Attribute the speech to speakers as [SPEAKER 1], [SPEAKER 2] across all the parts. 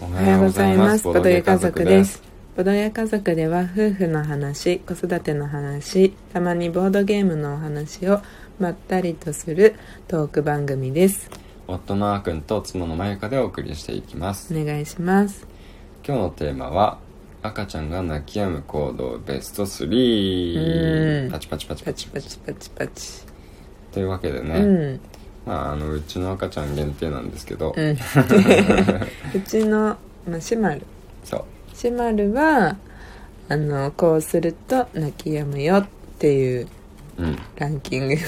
[SPEAKER 1] お
[SPEAKER 2] おはようございます。ボドゲ家族です。。ボドゲ家族では夫婦の話、子育ての話、たまにボードゲームのお話をまったりとするトーク番組です。
[SPEAKER 1] 夫のあーくんと妻のまゆかでお送りしていきます。
[SPEAKER 2] お願いします。
[SPEAKER 1] 今日のテーマは、赤ちゃんが泣き止む行動ベスト
[SPEAKER 2] う
[SPEAKER 1] 3。
[SPEAKER 2] ん
[SPEAKER 1] パチパチパチ
[SPEAKER 2] パ
[SPEAKER 1] パチ。
[SPEAKER 2] チパチパチパチ。
[SPEAKER 1] というわけでね、
[SPEAKER 2] うん。
[SPEAKER 1] まあ、あの、うちの赤ちゃん限定なんですけど、
[SPEAKER 2] うん。 うちの、まあ、シマル。
[SPEAKER 1] そう。
[SPEAKER 2] シマルは、あの、こうすると泣き止むよっていう
[SPEAKER 1] うん。
[SPEAKER 2] ランキング。
[SPEAKER 1] を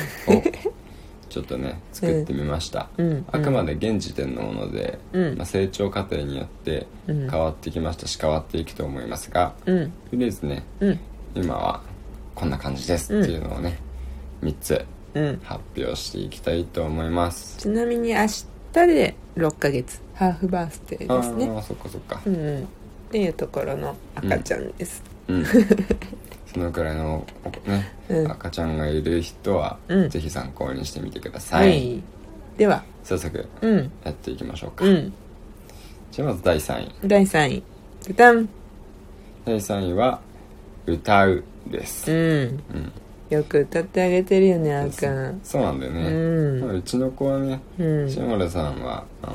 [SPEAKER 1] ちょっとね、作ってみました。
[SPEAKER 2] うん。
[SPEAKER 1] あくまで現時点のもので、
[SPEAKER 2] うん
[SPEAKER 1] まあ、成長過程によって
[SPEAKER 2] うん
[SPEAKER 1] 変わってきましたし、変わっていくと思いますが、
[SPEAKER 2] うん。
[SPEAKER 1] とりあえずね、
[SPEAKER 2] うん。
[SPEAKER 1] 今はこんな感じです
[SPEAKER 2] うん
[SPEAKER 1] っていうのをね、3つ
[SPEAKER 2] うん。
[SPEAKER 1] 発表していきたいと思います
[SPEAKER 2] ちなみに明日で6ヶ月ハーフバースデーですね
[SPEAKER 1] ああそっかそっか
[SPEAKER 2] うんうんっていうところの赤ちゃんです
[SPEAKER 1] うん そのくらいのね、
[SPEAKER 2] うん
[SPEAKER 1] 赤ちゃんがいる人は、
[SPEAKER 2] うん
[SPEAKER 1] ぜひ参考にしてみてくださ、
[SPEAKER 2] はいいでは
[SPEAKER 1] 早速
[SPEAKER 2] うん
[SPEAKER 1] やっていきましょうか、
[SPEAKER 2] うん
[SPEAKER 1] じゃあまず第3位
[SPEAKER 2] 第3位グタン
[SPEAKER 1] 第3位は歌うです、
[SPEAKER 2] うん
[SPEAKER 1] うん
[SPEAKER 2] よく歌ってあげてるよねあーくん
[SPEAKER 1] そうなんだよね、
[SPEAKER 2] うん
[SPEAKER 1] まあうちの子はね
[SPEAKER 2] うん
[SPEAKER 1] 志村さんはあの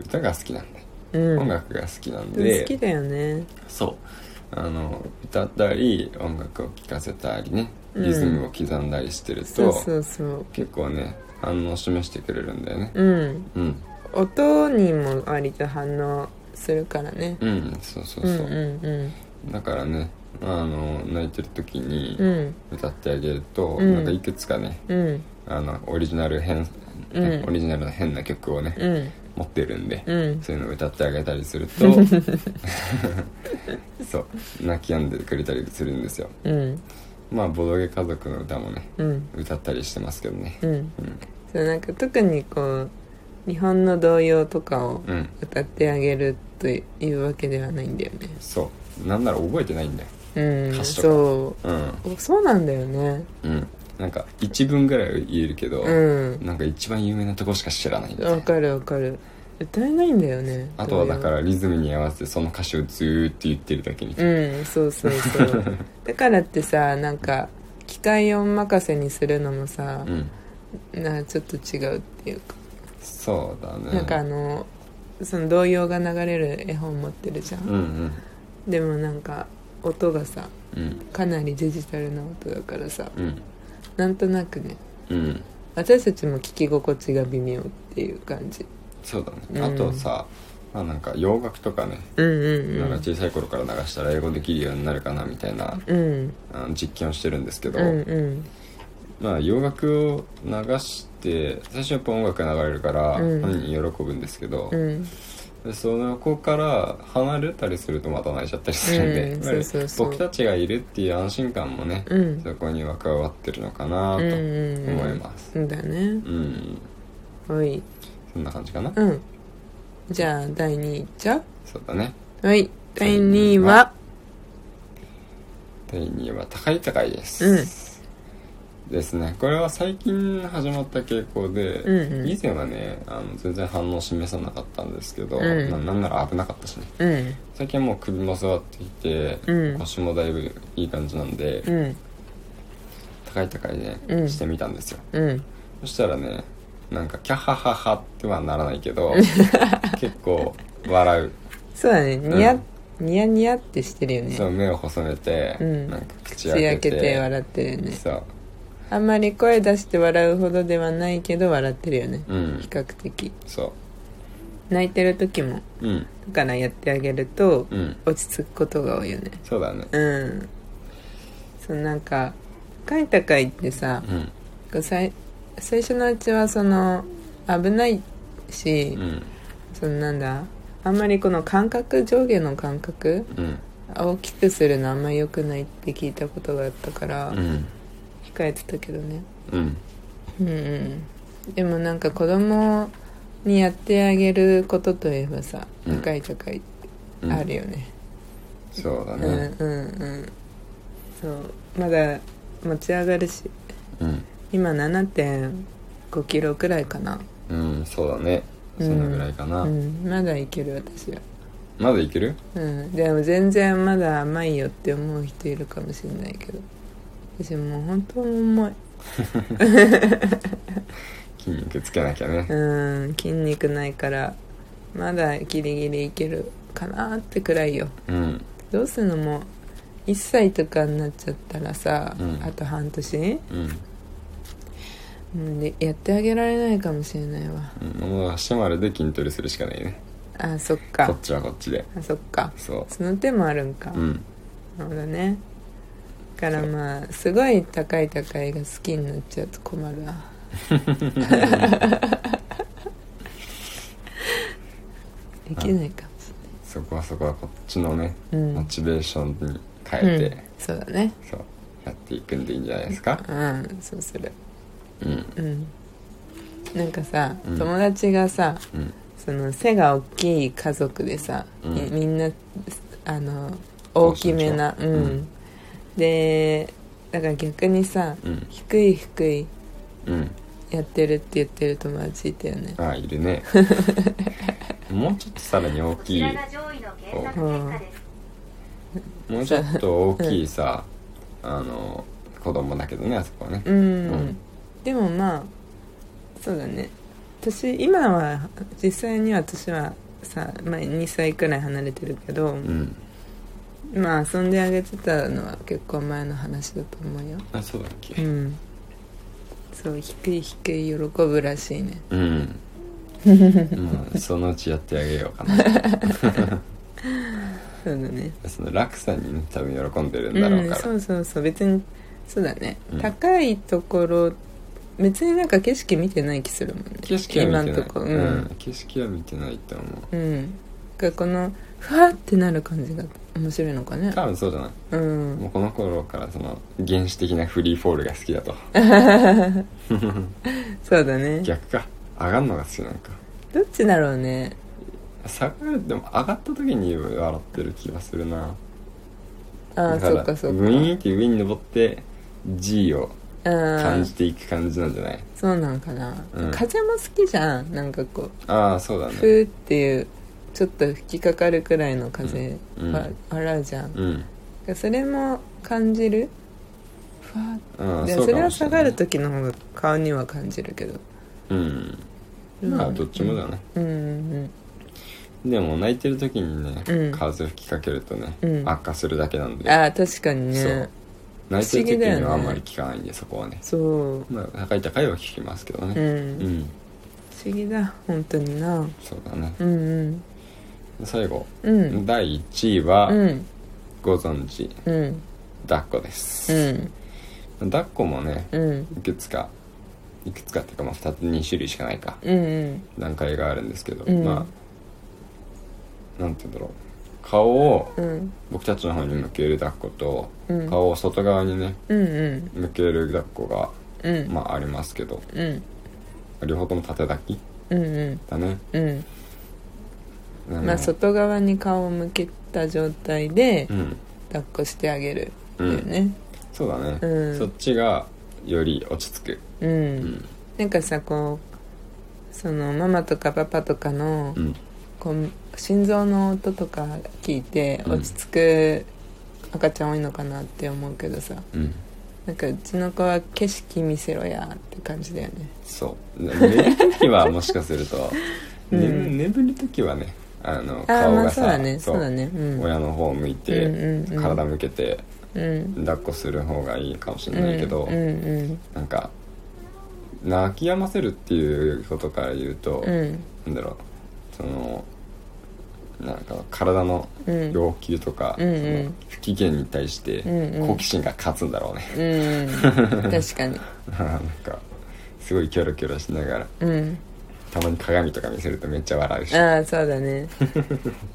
[SPEAKER 1] 歌が好きなんで、
[SPEAKER 2] うん
[SPEAKER 1] 音楽が好きなんで
[SPEAKER 2] 好きだよね
[SPEAKER 1] そうあの歌ったり音楽を聴かせたりね
[SPEAKER 2] うん
[SPEAKER 1] リズムを刻んだりしてる
[SPEAKER 2] そ
[SPEAKER 1] と、
[SPEAKER 2] うそうそう
[SPEAKER 1] 結構ね反応を示してくれるんだよね
[SPEAKER 2] うん
[SPEAKER 1] うん
[SPEAKER 2] 音にも割と反応するからね
[SPEAKER 1] うんそうそう
[SPEAKER 2] う
[SPEAKER 1] そ
[SPEAKER 2] ん
[SPEAKER 1] う、
[SPEAKER 2] う
[SPEAKER 1] だからねあの泣いてる時
[SPEAKER 2] んう
[SPEAKER 1] に
[SPEAKER 2] ん
[SPEAKER 1] 歌ってあげると、
[SPEAKER 2] うん
[SPEAKER 1] なんかいくつかね
[SPEAKER 2] うんうん
[SPEAKER 1] あのオリジナル変、
[SPEAKER 2] うん
[SPEAKER 1] オリジナルの変な曲をね、
[SPEAKER 2] うん
[SPEAKER 1] 持ってるんで、
[SPEAKER 2] うん
[SPEAKER 1] そういうのを歌ってあげたりする とそう泣き止んでくれたりするんですよ
[SPEAKER 2] うん
[SPEAKER 1] まあボドゲ家族の歌もね
[SPEAKER 2] うん
[SPEAKER 1] 歌ったりしてますけどね
[SPEAKER 2] うん
[SPEAKER 1] うん
[SPEAKER 2] そうなんか特にこう日本の童謡とかを
[SPEAKER 1] うん
[SPEAKER 2] 歌ってあげるというわけではないんだよね
[SPEAKER 1] そうなんなら覚えてないんだよ
[SPEAKER 2] うん
[SPEAKER 1] 歌詞とか
[SPEAKER 2] そ
[SPEAKER 1] うん
[SPEAKER 2] うおそうなんだよね
[SPEAKER 1] うんなんか一文ぐらいは言えるけど、
[SPEAKER 2] うん
[SPEAKER 1] なんか一番有名なとこしか知らないんだよ
[SPEAKER 2] わ
[SPEAKER 1] ね
[SPEAKER 2] かるわかる歌えないんだよね
[SPEAKER 1] あとはだかららリズムに合わせてその歌詞をずーっと言ってるだけみたい
[SPEAKER 2] うんそうそうそう だからってさなんか機械音任せにするのもさ
[SPEAKER 1] な、うん、
[SPEAKER 2] なんかちょっと違うっていうか、
[SPEAKER 1] そうだね
[SPEAKER 2] なんかあのその童謡が流れる絵本持ってるじゃ
[SPEAKER 1] うん
[SPEAKER 2] ん、
[SPEAKER 1] うん
[SPEAKER 2] でもなんか音がさ
[SPEAKER 1] うん
[SPEAKER 2] かなりデジタルな音だからさ
[SPEAKER 1] うん
[SPEAKER 2] なんとなくね
[SPEAKER 1] うん
[SPEAKER 2] 私たちも聞き心地が微妙っていう感じ
[SPEAKER 1] そうだね、
[SPEAKER 2] うん
[SPEAKER 1] あとさまあなんか洋楽とかね
[SPEAKER 2] うん
[SPEAKER 1] なんか
[SPEAKER 2] うん
[SPEAKER 1] 小さい頃から流したら英語できるようになるかなみたいな、
[SPEAKER 2] うんうん
[SPEAKER 1] あの実験をしてるんですけど、
[SPEAKER 2] うんうん
[SPEAKER 1] まあ洋楽を流して最初やっぱ音楽が流れるから
[SPEAKER 2] うん
[SPEAKER 1] 本人喜ぶんですけど、
[SPEAKER 2] うん
[SPEAKER 1] でその子から離れたりするとまた泣いちゃったりするんで、
[SPEAKER 2] うん
[SPEAKER 1] やっぱり
[SPEAKER 2] そうそうそう
[SPEAKER 1] 僕たちがいるっていう安心感もね、
[SPEAKER 2] うん
[SPEAKER 1] そこには加わってるのかなと思います
[SPEAKER 2] うんだね
[SPEAKER 1] うん、
[SPEAKER 2] おい
[SPEAKER 1] そんな感じかな、
[SPEAKER 2] うんじゃあ第2位いっちゃ
[SPEAKER 1] そうだね
[SPEAKER 2] うはい第2位は
[SPEAKER 1] 第2位は高い高いです、
[SPEAKER 2] うん
[SPEAKER 1] ですねこれは最近始まった傾向で、
[SPEAKER 2] うんうん
[SPEAKER 1] 以前はねあの全然反応を示さなかったんですけど、
[SPEAKER 2] うん
[SPEAKER 1] まあなんなら危なかったしね
[SPEAKER 2] うん
[SPEAKER 1] 最近はもう首も座っていて、
[SPEAKER 2] うん
[SPEAKER 1] 腰もだいぶいい感じなんで、
[SPEAKER 2] うん
[SPEAKER 1] 高い高いね、
[SPEAKER 2] うん
[SPEAKER 1] してみたんですよ
[SPEAKER 2] うん
[SPEAKER 1] そしたらねなんかキャハハハってはならないけ ど結構笑う
[SPEAKER 2] そうだねニヤニヤニヤってしてるよね
[SPEAKER 1] そう目を細めて、
[SPEAKER 2] うん
[SPEAKER 1] なんか口
[SPEAKER 2] 口
[SPEAKER 1] 開
[SPEAKER 2] 開
[SPEAKER 1] けて
[SPEAKER 2] けて笑ってるよね
[SPEAKER 1] そう
[SPEAKER 2] あんまり声出して笑うほどではないけど笑ってるよね
[SPEAKER 1] うん
[SPEAKER 2] 比較的
[SPEAKER 1] そ
[SPEAKER 2] 泣いてる時も
[SPEAKER 1] ううん
[SPEAKER 2] だからやってあげると
[SPEAKER 1] うん
[SPEAKER 2] 落ち着くことが多いよね
[SPEAKER 1] そうだね
[SPEAKER 2] うんそうなんか高い高いってさ
[SPEAKER 1] うん
[SPEAKER 2] 最最初のうちはその危ないし、
[SPEAKER 1] うん
[SPEAKER 2] そのなんだあんまりこの感覚上下の感覚
[SPEAKER 1] うん
[SPEAKER 2] 大きくするのあんまり良くないって聞いたことがあったから、
[SPEAKER 1] うん
[SPEAKER 2] 控えてたけどね
[SPEAKER 1] うん
[SPEAKER 2] うんうんでもなんか子供にやってあげることといえばさ
[SPEAKER 1] うん
[SPEAKER 2] 高い高いって
[SPEAKER 1] うん
[SPEAKER 2] あるよね、
[SPEAKER 1] そうだ
[SPEAKER 2] うん、うん
[SPEAKER 1] ね
[SPEAKER 2] うんそうまだ持ち上がるし
[SPEAKER 1] うん
[SPEAKER 2] 今7.5キロくらいかな
[SPEAKER 1] うんそうだねそんなぐらいかな、
[SPEAKER 2] うん、まだいける私は
[SPEAKER 1] まだいける
[SPEAKER 2] うんでも全然まだ甘いよって思う人いるかもしれないけど私もう本当に重い
[SPEAKER 1] 筋肉つけなきゃね、
[SPEAKER 2] うん筋肉ないからまだギリギリいけるかなってくらいよ
[SPEAKER 1] うん、
[SPEAKER 2] どうするのも1歳とかになっちゃったらさ、
[SPEAKER 1] うん
[SPEAKER 2] あと半年、
[SPEAKER 1] うん
[SPEAKER 2] うん、でやってあげられないかもしれないわ
[SPEAKER 1] うんもう足までで筋トレするしかないね
[SPEAKER 2] あそっ
[SPEAKER 1] こ
[SPEAKER 2] か
[SPEAKER 1] っちはこっちで
[SPEAKER 2] あそっか
[SPEAKER 1] そ
[SPEAKER 2] その手もあるんか、
[SPEAKER 1] ううん
[SPEAKER 2] そうだねだからまあすごい高い高いが好きになっちゃうと 困るわできないかもし
[SPEAKER 1] そこはそこはこっちのね
[SPEAKER 2] れない、うん
[SPEAKER 1] モチベーションに変
[SPEAKER 2] う
[SPEAKER 1] え
[SPEAKER 2] ん
[SPEAKER 1] て、
[SPEAKER 2] そうだね
[SPEAKER 1] そうやっていくんでいいんじゃないですか
[SPEAKER 2] うんそうする
[SPEAKER 1] うん
[SPEAKER 2] うんなんかさ、
[SPEAKER 1] うん
[SPEAKER 2] 友達がさ
[SPEAKER 1] うん
[SPEAKER 2] その背が大きい家族でさ、
[SPEAKER 1] うん
[SPEAKER 2] みみんなあの大きめなう
[SPEAKER 1] 身長
[SPEAKER 2] ん、
[SPEAKER 1] うん
[SPEAKER 2] でだから逆にさ
[SPEAKER 1] うん
[SPEAKER 2] 低い低い
[SPEAKER 1] うん
[SPEAKER 2] やってるって言ってる友達いたよね
[SPEAKER 1] ああいる ねもうちょっとさらに大
[SPEAKER 3] こ
[SPEAKER 1] き
[SPEAKER 3] ち
[SPEAKER 1] い
[SPEAKER 3] らが上位の検索結果です。
[SPEAKER 1] もうちょっと大きいさ、あの子供だけどねあそこはね
[SPEAKER 2] うん、
[SPEAKER 1] うん
[SPEAKER 2] でもまあそうだね私今は実際には私はさ、まあ、2歳くらい離れてるけど、
[SPEAKER 1] うん
[SPEAKER 2] まあ遊んであげてたのは結構前の話だと思うよ
[SPEAKER 1] あそうだっ
[SPEAKER 2] う
[SPEAKER 1] け
[SPEAKER 2] んそう低い低い喜ぶらしいね
[SPEAKER 1] うん、うん、そのうちやってあげようかな
[SPEAKER 2] そうだね
[SPEAKER 1] その落差にね多分喜んでるんだろう
[SPEAKER 2] うん
[SPEAKER 1] から、
[SPEAKER 2] そうそうそう別にそうだね、
[SPEAKER 1] うん
[SPEAKER 2] 高いところ別になんか景色見てない気するもんね
[SPEAKER 1] 景色は見てない
[SPEAKER 2] 今んとこうん、
[SPEAKER 1] うん景色は見てないと思う
[SPEAKER 2] うんがこのふわってなる感じが面白いのかね
[SPEAKER 1] 多分そうじゃない
[SPEAKER 2] うん
[SPEAKER 1] もうこの頃からその原始的なフリーフォールが好き だと
[SPEAKER 2] そうだね
[SPEAKER 1] 逆か上がるのが好きなのか
[SPEAKER 2] どっちだろうね
[SPEAKER 1] 下がるでも上がった時に笑ってる気がするな
[SPEAKER 2] ああ
[SPEAKER 1] だか
[SPEAKER 2] そ
[SPEAKER 1] ら
[SPEAKER 2] っかそっ
[SPEAKER 1] ウィーンって上に登って G を
[SPEAKER 2] かああ
[SPEAKER 1] 感じていく感じなんじゃない
[SPEAKER 2] そうなんかな、
[SPEAKER 1] うん
[SPEAKER 2] 風も好きじゃんなんかこう
[SPEAKER 1] ああそうだ
[SPEAKER 2] ふ
[SPEAKER 1] ね
[SPEAKER 2] ーっていうちょっと吹きかかるくらいの風
[SPEAKER 1] うん
[SPEAKER 2] は笑うじゃん、
[SPEAKER 1] うん
[SPEAKER 2] それも感じるふわ
[SPEAKER 1] あ
[SPEAKER 2] っ
[SPEAKER 1] あ
[SPEAKER 2] て
[SPEAKER 1] そう
[SPEAKER 2] そ
[SPEAKER 1] か
[SPEAKER 2] れ
[SPEAKER 1] も
[SPEAKER 2] は
[SPEAKER 1] しれ
[SPEAKER 2] 下
[SPEAKER 1] な
[SPEAKER 2] が
[SPEAKER 1] い
[SPEAKER 2] る時の方が顔には感じるけど
[SPEAKER 1] うん
[SPEAKER 2] うん
[SPEAKER 1] まあどっちもだね
[SPEAKER 2] うんうん
[SPEAKER 1] でも泣いてる時にね、
[SPEAKER 2] うん
[SPEAKER 1] 風吹きかけるとね、
[SPEAKER 2] うん
[SPEAKER 1] 悪化するだけなんで
[SPEAKER 2] ああ確かに
[SPEAKER 1] そ
[SPEAKER 2] ね
[SPEAKER 1] う泣いてる時
[SPEAKER 2] 不思議だよ
[SPEAKER 1] に
[SPEAKER 2] ね
[SPEAKER 1] はあんまり効かないんでそこはね
[SPEAKER 2] そう
[SPEAKER 1] まあ高い高いは効きますけどね
[SPEAKER 2] うん、
[SPEAKER 1] うん、
[SPEAKER 2] 不思議だ本当にな
[SPEAKER 1] そうだね
[SPEAKER 2] うんうん
[SPEAKER 1] 最後、
[SPEAKER 2] うん
[SPEAKER 1] 第1位は、
[SPEAKER 2] うん
[SPEAKER 1] ご存知
[SPEAKER 2] うん
[SPEAKER 1] 抱っこです、
[SPEAKER 2] うん
[SPEAKER 1] 抱っこもね
[SPEAKER 2] うん
[SPEAKER 1] いくつかいくつかっていうかまあ2つ2種類しかないか
[SPEAKER 2] うんうん
[SPEAKER 1] 段階があるんですけど、
[SPEAKER 2] うん
[SPEAKER 1] まあなんて言うんだろう顔を
[SPEAKER 2] うん
[SPEAKER 1] 僕たちの方に向ける抱っこと、
[SPEAKER 2] うん
[SPEAKER 1] 顔を外側にね
[SPEAKER 2] うんうん
[SPEAKER 1] 向ける抱っこが
[SPEAKER 2] うん
[SPEAKER 1] まあありますけど
[SPEAKER 2] うん
[SPEAKER 1] 両方とも縦抱き
[SPEAKER 2] うんうん
[SPEAKER 1] だね
[SPEAKER 2] うん
[SPEAKER 1] なの
[SPEAKER 2] まあ外側に顔を向けた状態で
[SPEAKER 1] うん
[SPEAKER 2] 抱っこしてあげる
[SPEAKER 1] う
[SPEAKER 2] だ
[SPEAKER 1] ん
[SPEAKER 2] よね
[SPEAKER 1] そうだね、
[SPEAKER 2] うん
[SPEAKER 1] そっちがより落ち着く
[SPEAKER 2] うん、
[SPEAKER 1] うん
[SPEAKER 2] なんかさこうそのママとかパパとかの、
[SPEAKER 1] うん
[SPEAKER 2] こう心臓の音とか聞いて
[SPEAKER 1] うん
[SPEAKER 2] 落ち着く赤ちゃん多いのかなって思うけどさ
[SPEAKER 1] うん
[SPEAKER 2] なんかうちの子は景色見せろやって感じだよね
[SPEAKER 1] そう寝る時はもしかすると、
[SPEAKER 2] うん
[SPEAKER 1] 眠眠る時はねあの
[SPEAKER 2] ああ
[SPEAKER 1] 顔
[SPEAKER 2] まあ
[SPEAKER 1] が
[SPEAKER 2] そ
[SPEAKER 1] さ
[SPEAKER 2] うだね
[SPEAKER 1] そ
[SPEAKER 2] そううだねうん
[SPEAKER 1] 親の方向いて、
[SPEAKER 2] うんうんうん
[SPEAKER 1] 体向けて
[SPEAKER 2] うん
[SPEAKER 1] 抱っこする方がいいかもし
[SPEAKER 2] う
[SPEAKER 1] れ
[SPEAKER 2] ん
[SPEAKER 1] ないけど、
[SPEAKER 2] うんうん
[SPEAKER 1] なんか泣き止ませるっていうことから言うと、
[SPEAKER 2] うん
[SPEAKER 1] なんだろうそのなんか体の
[SPEAKER 2] うん
[SPEAKER 1] 要求とか、
[SPEAKER 2] うんうん
[SPEAKER 1] その不機嫌に対して
[SPEAKER 2] うんうん
[SPEAKER 1] 好奇心が勝つんだろうね、
[SPEAKER 2] うん確かに
[SPEAKER 1] なんかすごいキョロキョロしながら
[SPEAKER 2] うん
[SPEAKER 1] たまに鏡とか見せるとめっちゃ笑うし
[SPEAKER 2] ああそう だね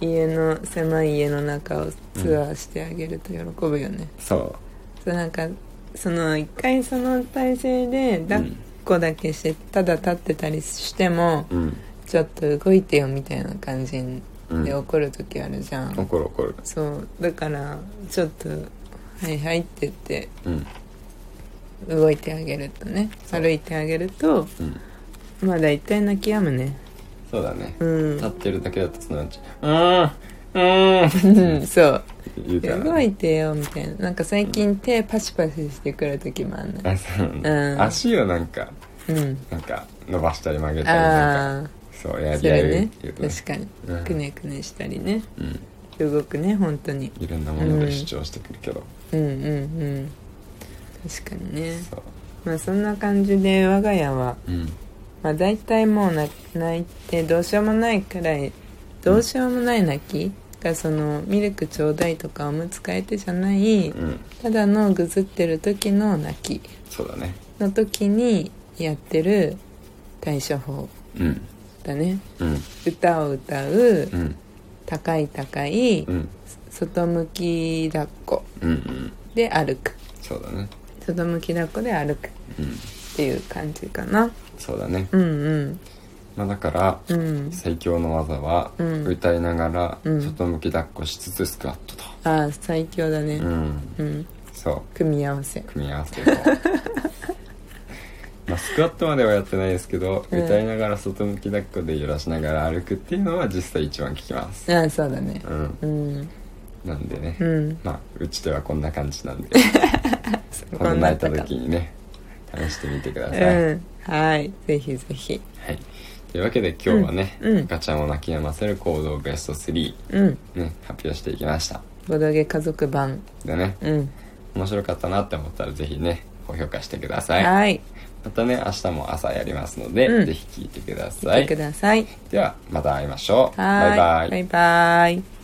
[SPEAKER 2] 家の狭い家の中をツアーしてあげると喜ぶよね、
[SPEAKER 1] そう
[SPEAKER 2] そうなんかその一回その体勢で抱っこだけして、ただ立ってたりしても
[SPEAKER 1] うん、
[SPEAKER 2] ちょっと動いてよみたいな感じ
[SPEAKER 1] うん、
[SPEAKER 2] で怒る時あるじゃん、
[SPEAKER 1] 怒る怒る
[SPEAKER 2] そうだからちょっと「はいはい」って言って
[SPEAKER 1] うん
[SPEAKER 2] 動いてあげるとね
[SPEAKER 1] そう
[SPEAKER 2] 歩いてあげると
[SPEAKER 1] うん
[SPEAKER 2] まあ大体泣き止むね
[SPEAKER 1] そうだね、
[SPEAKER 2] うん
[SPEAKER 1] 立ってるだけだとそのうち「うーんうーん」
[SPEAKER 2] うん そう
[SPEAKER 1] 言うから、
[SPEAKER 2] 動いてよみたいななんか最近手パシパシしてくる時もあんない
[SPEAKER 1] あそうなんだ
[SPEAKER 2] うん
[SPEAKER 1] 足をなんか
[SPEAKER 2] うん
[SPEAKER 1] なんか伸ばしたり曲げたりなんか
[SPEAKER 2] あ
[SPEAKER 1] そう
[SPEAKER 2] あ
[SPEAKER 1] や
[SPEAKER 2] そ
[SPEAKER 1] り合
[SPEAKER 2] れ
[SPEAKER 1] い
[SPEAKER 2] ね
[SPEAKER 1] っていうとね
[SPEAKER 2] 確かに
[SPEAKER 1] うん
[SPEAKER 2] くねくねしたりね
[SPEAKER 1] うん
[SPEAKER 2] 動くね本当に
[SPEAKER 1] いろんなもので主張してくるけど、
[SPEAKER 2] うんうんうん確かにね
[SPEAKER 1] そう
[SPEAKER 2] まあそんな感じで我が家は
[SPEAKER 1] うん
[SPEAKER 2] まあ大体もうな泣いてどうしようもないくらいどうしようもない泣きがそのミルクちょうだいとかおむつ替えてじゃな
[SPEAKER 1] う
[SPEAKER 2] い
[SPEAKER 1] ん
[SPEAKER 2] ただのぐずってる時の泣き
[SPEAKER 1] そうだね
[SPEAKER 2] の時にやってる対処法
[SPEAKER 1] うん
[SPEAKER 2] だね
[SPEAKER 1] うん
[SPEAKER 2] 歌を歌う
[SPEAKER 1] うん
[SPEAKER 2] 高い高い
[SPEAKER 1] うん
[SPEAKER 2] 外向き抱っこ
[SPEAKER 1] うんうん
[SPEAKER 2] で歩く
[SPEAKER 1] そうだね
[SPEAKER 2] 外向き抱っこで歩くっ
[SPEAKER 1] うん
[SPEAKER 2] ていう感じかな
[SPEAKER 1] そうだね、
[SPEAKER 2] うんうん
[SPEAKER 1] まあ、だから
[SPEAKER 2] うん
[SPEAKER 1] 最強の技は
[SPEAKER 2] うん
[SPEAKER 1] 歌いなが
[SPEAKER 2] う
[SPEAKER 1] ら
[SPEAKER 2] ん
[SPEAKER 1] 外向き抱っこしつつスクワットと
[SPEAKER 2] ああ最強だね
[SPEAKER 1] うん、
[SPEAKER 2] うん
[SPEAKER 1] そ
[SPEAKER 2] 組み合わせ
[SPEAKER 1] う組み合わせを まあスクワットまではやってないですけど、
[SPEAKER 2] うん
[SPEAKER 1] 歌いながら外向き抱っこで揺らしながら歩くっていうのは実際一番効きます
[SPEAKER 2] ああそうだね
[SPEAKER 1] うん
[SPEAKER 2] うん
[SPEAKER 1] なんでね、
[SPEAKER 2] うん
[SPEAKER 1] まあうちではこんな感じなんで
[SPEAKER 2] こ
[SPEAKER 1] 今度
[SPEAKER 2] んな
[SPEAKER 1] 泣
[SPEAKER 2] ん
[SPEAKER 1] いた
[SPEAKER 2] とか
[SPEAKER 1] 時にね試してみてください、
[SPEAKER 2] うんはいぜひぜひ
[SPEAKER 1] はい、というわけで今日はね、
[SPEAKER 2] うんうん
[SPEAKER 1] 赤ちゃんを泣き止ませる行動ベスト3、
[SPEAKER 2] うん
[SPEAKER 1] ね、発表していきました
[SPEAKER 2] ボドゲ家族版
[SPEAKER 1] でね
[SPEAKER 2] うん
[SPEAKER 1] 面白かったなって思ったらぜひね高評価してください
[SPEAKER 2] はい
[SPEAKER 1] またね明日も朝やりますので、
[SPEAKER 2] うん
[SPEAKER 1] ぜひ聞いてくだ
[SPEAKER 2] 見
[SPEAKER 1] さ
[SPEAKER 2] て
[SPEAKER 1] い
[SPEAKER 2] ください
[SPEAKER 1] ではまた会いましょう
[SPEAKER 2] はーい
[SPEAKER 1] バイバイ
[SPEAKER 2] バイバイ